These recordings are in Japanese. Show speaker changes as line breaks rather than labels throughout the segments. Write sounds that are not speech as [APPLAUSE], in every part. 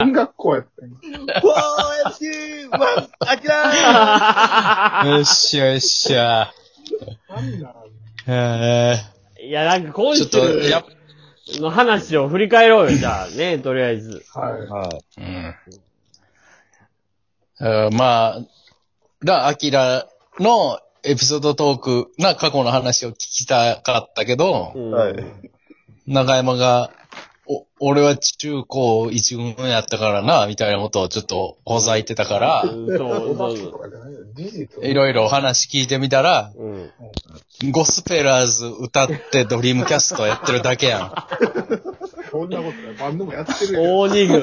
音楽校やったんや
フォーエスキューワンアキラー
よっしゃよっしゃ。
何ならね
[LAUGHS]
え
いや、なんか今
ー、ち
週
ょっと、やっ
の話を振り返ろうよ、じゃあね、とりあえず。
はい。
ぱ、うん。あーまあ、ラ・アキラのエピソードトークな過去の話を聞きたかったけ
う
ど、
ん。
はい。
中山が、お俺は中高一軍やったからな、みたいなことをちょっとほざいてたから
う、んそう
お
そ
化
う
け
そ
とかじゃないよ。事実。
いろいろお話聞いてみたら、
う。うん。
ゴスペラーズ歌ってドリームキャストやってるだけやん。
そんなことない。バンドもやってるよ。
大二軍。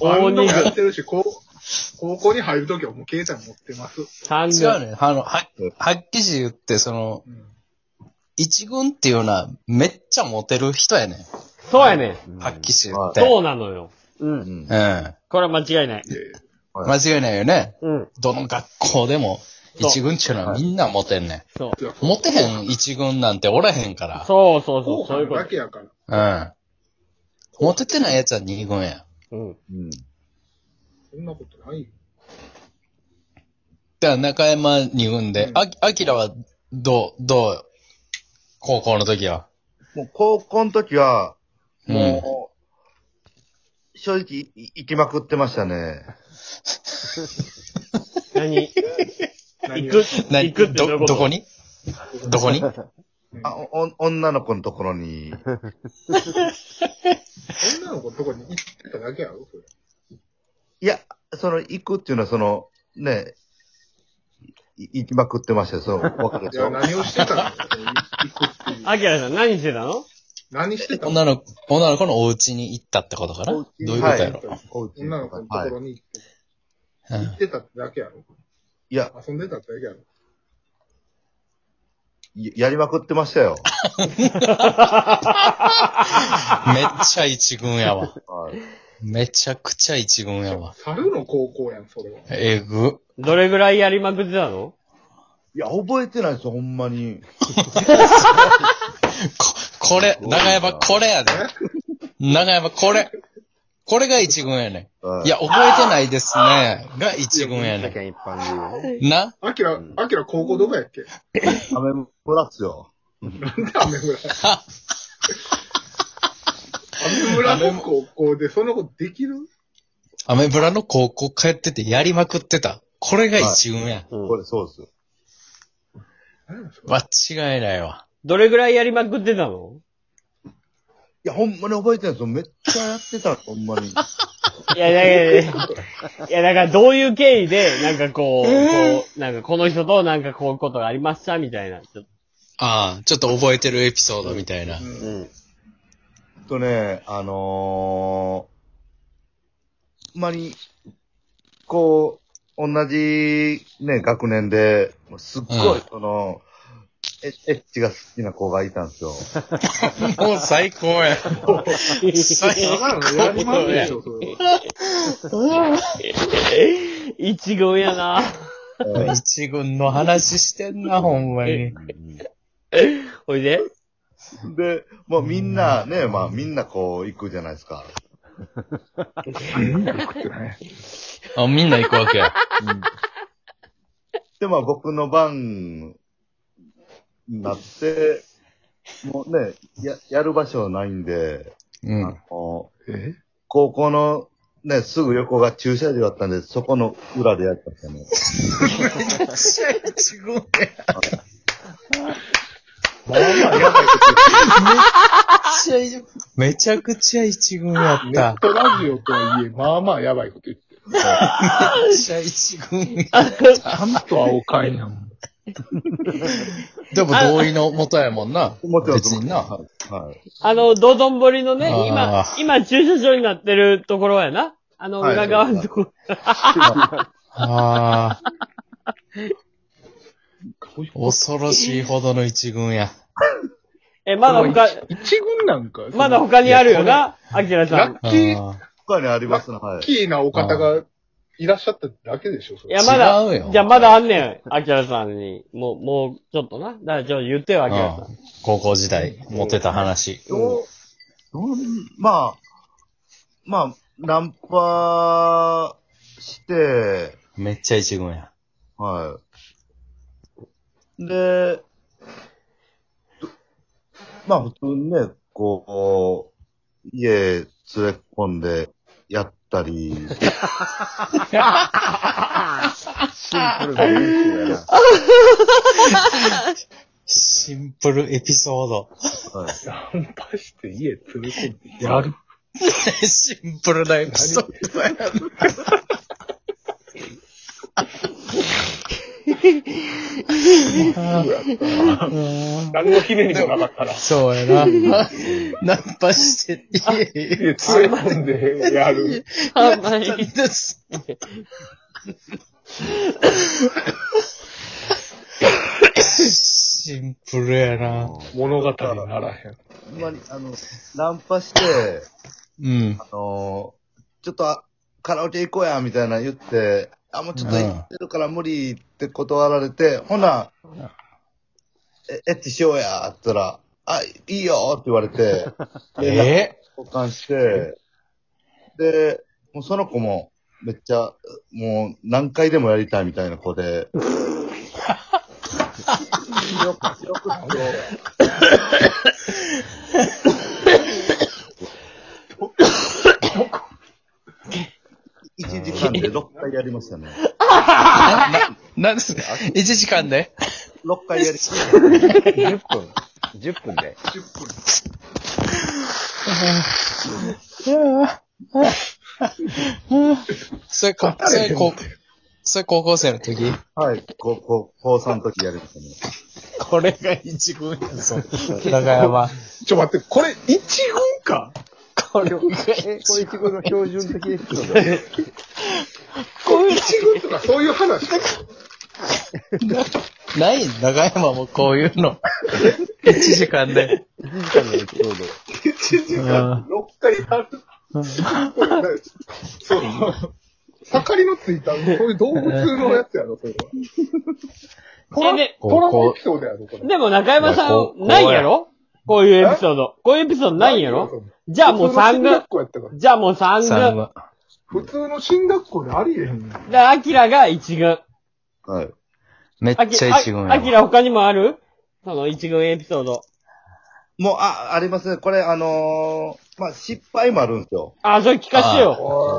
バ
大
ンドも
二軍
やっ。てるし、高高校に入るときはもう携帯持ってます。
三
違う
軍。
ね。あの、は、はっきり言って、その、
うん
一軍っていうのは、めっちゃモテる人やね。
そうやね。
はっきり言
ま
っ
あ
て。
そうなのよ。う。
うんん
う。ん。
これは間違いない。
いやいや
間違いないよね。
うん。
どの学校でも、
そう
一軍っていうのはみんなモテんね
そう。
いや
ん。モテへん一軍なんておらへんか
そうそうそ
後
う、そういう
半
こ
だけやから。
ら。うん。モテてない奴は二軍や。
と。うん。
うん。
そんなことないよ。
だから中山二軍で
う、ん
あ、あきらは、どう、どう、高校の時は。
もう高校の時は、
うん
もう、正直い、い行きまくってましたね。
何
何
行
が
く
な
行くってどういう
ど、
こ
ど
と
こにどこに
あ、お、お女の子のところに。
女の子のとこに行っただけやろそれ。
いや、その、行くっていうのは、その、ね、い行きまくってましたよ。そう、わかる
い
でし
や、
ょ。
何をしてたのそう行くっていう。
アキラさん何してたの
何してたの
[LAUGHS] 女の子、女の子のお家に行ったってことかな
お
ど
家
うい
に
うことやろ、
おうち
女の子のとこ
はい。
ろに行って
うん
行ってたってだけやろ
いや、
遊んでたってだけやろ
ややりまくってましたよ。
めっちゃ一軍やわ。
はい。
めちゃくちゃ一軍やわ。
猿の高校やん、それは。
えぐ。
どれぐらいやりまくってたの
いや、覚えてないですよ、ほんまに。
こ、これ、長山これやで。長山これ。これが一軍やね
は
ん。いや、、覚えてないですね。が一軍やね
一般人。
ん。な
アキラ、アキラ高校どこやっけ
アメ村っすよ。
[LAUGHS] なんで雨村雨村の高校でそんなことできる
アメブラの高校帰っててやりまくってた。これが一軍や。
これ、そうですよ。
何やそれ
間違いないわ。
どれぐらいやりまくってたの
いや、ほんまに覚えてないですよ。めっちゃやってた、ほんまに。
いや、いやいやいや。いや、だからどういう経緯で、なんかこう、こう、なんかこの人となんかこういうことがありましたみたいな。ちょっ
ああ、ちょっと覚えてるエピソードみたいな。
とうん。
えっとね、あのー、ほんまに、こう、同じね、学年で、もうすっ
う
ご
ん
い、その、エエッチが好きな子がいたんで
[LAUGHS]
すよ。
もう最高
[LAUGHS]
や。最
だからねやりまんでしょ、それは。
一軍やな。
一軍の話してんな、ほんまに。
おいで。
で、もうみんなね、まあみんなこう行くじゃないですか。
あ、みんな行くわけや。
で、まあ僕の番になって、もうね、や、やる場所ないんで、
う
あ
ん。
の
え
高校のね、すぐ横が駐車場だったんで、そこの裏でやってましたね。
一軍や。めっちゃ一軍、めちゃくちゃ一軍やっ
ネ
た
ッ。トラジオとはいえ、まあまあやばいこと言ってる。
めっちゃ一軍や。
ちゃんと青かいなもん。
でも同意の元やもんな。
もちろん。
別にな
はい。はい。
あの、道頓堀のね
あー、
今、今駐車場になってるところやな。あの、
はい
裏側のところ。
ああ。恐ろしいほどの一軍や。
え、まだ他、
一軍なんか。
まだ他にあるよな、アキラさ
ラ
ん。
ッキー、ラ
あ
他にありますね。は
ッ
い。
キーなお方がいらっしゃっただけでしょ、そ
い
れ。
や、まだ
違うよ、
じゃあまだあんねん、アキラさんに。もう、もう、ちょっとな。だからちょっと言ってよ、アキラ
あ
さん。
高校時代、モテた話。
どう、どう、まあ、まあ、ナンパして、
めっちゃ一軍や。
はい。で、どまあ普通にね、こう、家連れ込んでやった [LAUGHS] り。シンプルなルールやな。
シンプルエピソード。
はい
ナンパして家連れ込んで
やる。 [LAUGHS] シンプルなエピソードや。
何のひねりもなか [LAUGHS] ったら。
そうや [LAUGHS] な。ナンパして、
家連れ込んでや [LAUGHS] る。
あん [LAUGHS] まり。
です。シンプルやな。
物語にならへん。
ほんまに、あの、ナンパして、
うん。
あのちょっとあカラオケ行こうや、みたいな言って、あ、もうちょっと行ってるから無理って断られて、ほな、えエッチしようや、って言ったら、あ、いいよって言わ
[LAUGHS]
れて、連絡
え
交換して、で、もうその子も、めっちゃ、もう何回でもやりたいみたいな子で、よく、よく、1時間で6回やりましたね。
なんです ?1 時間で
6回やりました。
10分。10分で。
それか、それ高、それ高校生の時
はい、高校、高3の時やりましたね。
これが一軍やぞ。中山。
ちょ、待って、これ一軍か
これが
え、これ一軍の標準的エピソー
これ一軍とかそういう話か
ない中山もこういう [LAUGHS] の。1時間で。
ド。1時間のエピソード。
1時間6回やる。これ何 [LAUGHS] そう。盛りのついた、そういう動物のやつやろ、それは。
いやで、
トランエピソードやろ、これ。
でも中山さ
いやこ
ん、
う
ないんやろこういうエピソード。こういうエピソードないんやろじゃあもう
普通
3
の進
軍
学。校やったから。
じゃあもう3
3
軍。
は。
普通の進学校でありえへんねん。
で、アキラが1軍。
はい。
めっ
アキ
ち
ラ、
ゃ一軍
あアキ
や。
ラ他にもあるその1軍エピソード。
もう、あ、ありますね。これ、あのーまあ、失敗もあるんですよ。
あ、それ聞かしてよ。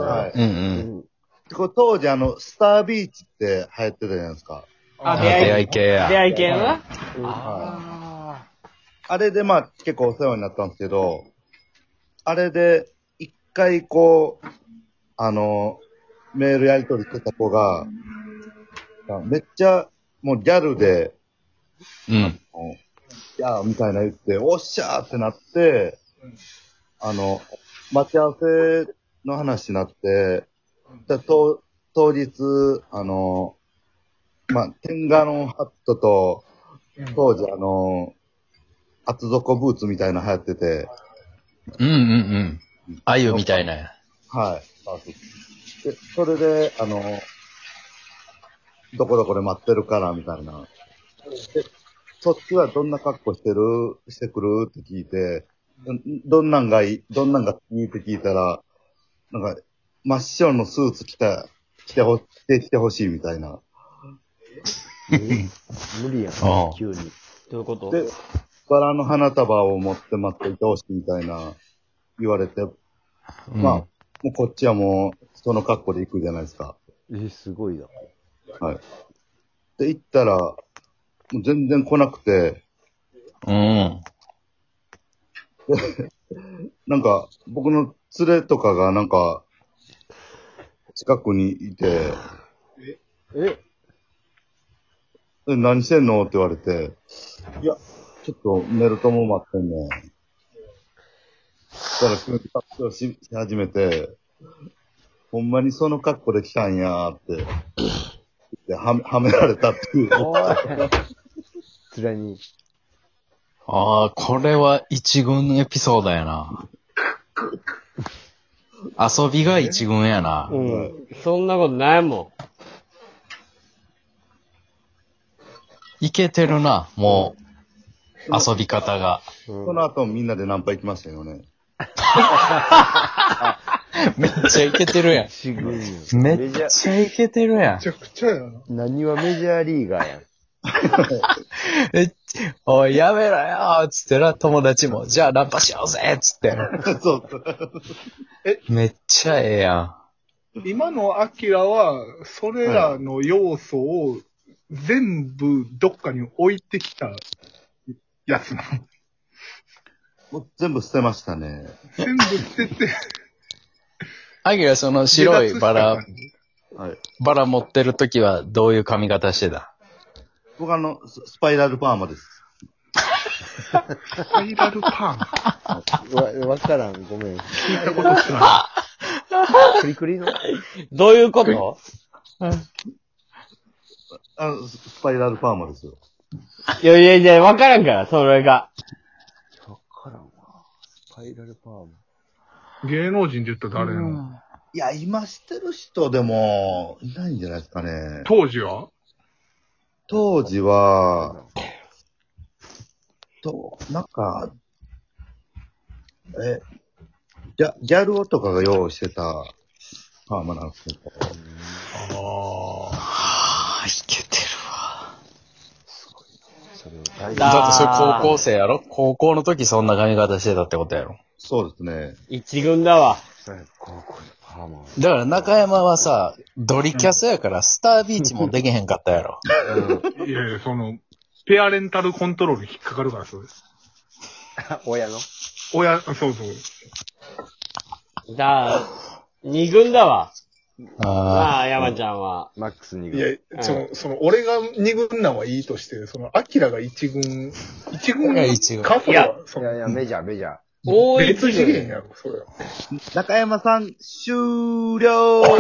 あ
はい。
うんう。
うんん。
でこれ当時、あの、スタービーチって流行ってたじゃないですか。
あ
あ
出会い
出会い系や。
出会い系のな。
あれで、まあ、結構お世話になったんですけど、あれで、一回、こう、あの、メールやり取りしてた子が、めっちゃ、もうギャルで、
うん。
もういやーみたいな言って、おっしゃーってなって、あの、待ち合わせの話になって、じゃあ当当日、あの、まあ、テンガロンハットと、当時あの、厚底ブーツみたいなの流行ってて、
うんうんうん。あゆみたいなや。
はい。で、それで、あの、どこどこで待ってるから、みたいな。で、そっちはどんな格好してる、してくるって聞いて、んどんなんがいい、どんなんがいいって聞いたら、なんか、真っ白のスーツ着た、着てほ、着てきてほしいみたいな。
無理やん
ああ。
急に。
どういうこと
で、バラの花束を持って待っていてほしいみたいな、言われて、
うん
まあ、もうこっちはもう、その格好で行くじゃないですか。
え、すごいな。
はい。で、行ったら、もう全然来なくて、
うん。
なんか、僕の連れとかが、なんか、近くにいて、
え、
え何してんのって言われて、いや、ちょっとメルトも待ってんねん。そしたら、急に格好しし始めて、ほんまにその格好で来たんやーって、ではめ、はめられたっていう。
おい。辛いに。
ああ、これは一軍エピソードやな。遊びが一軍やな。
うん。そんなことないも
いけてるな、もう。遊び方が。
うん
その後みんなでナンパ行きましたよね。
めっちゃいけてるや
ちぐいよ。
ん。めっちゃいけてるやん
めち。ゃくちゃやな。
何はメジャーリーガーやん。
えっ [LAUGHS] おい、やめろよーつってな、友達も、じゃあナンパしようぜーつって。
[LAUGHS] そう。
めっちゃええやん。
今のアキラは、それらの要素を全部どっかに置いてきたやつな [LAUGHS] の。
もう全部捨てましたね。
全部捨てて、
アギラ、その白いバラ、
はい。
バラ持ってる時はどういう髪型してた
僕あの、ススパイラルパーマです。
スパイラルパ
わ、わからん。ごめ
ー
ん。
ン。聞いたことしな
クリクリの
どういうこと
あの、ススパイラルパーマですよ。
いやいやいや、わからんから、それが。
わからんわ。スパイラルパーマ。
い。芸能人で言ったら誰やの
いや、今してる人でも、いないんじゃないですかね。
当時は
当時は、と、なんか、え、ギャギャル男が用意してたパーマなんですけど、
ああ。
ああ、いけてるわ。
それを大事。
だってそれ高校生やろ高校の時そんな髪型してたってことやろ
そうですね。
一軍だわ。
高校でパーマ。
だから中山はさ、ドリキャスやからスタービーチもできへんかったやろ。
いやいや、その、ペアレンタルコントロールに引っかかるから、そうです。
[LAUGHS] 親の
親、そうそう。
じゃあ、二軍だわ。
[LAUGHS] あ
ああ、山ちゃんは。
マックスに
いや、その、その、俺が二軍なんはいいとして、その、アキラが一軍、一軍
いや一軍
かそれ
いや
は、そ
いやい
の、
や、メジャー、メジャー。
大一
別次
軍
元。やろ、それは。
中山さん、終了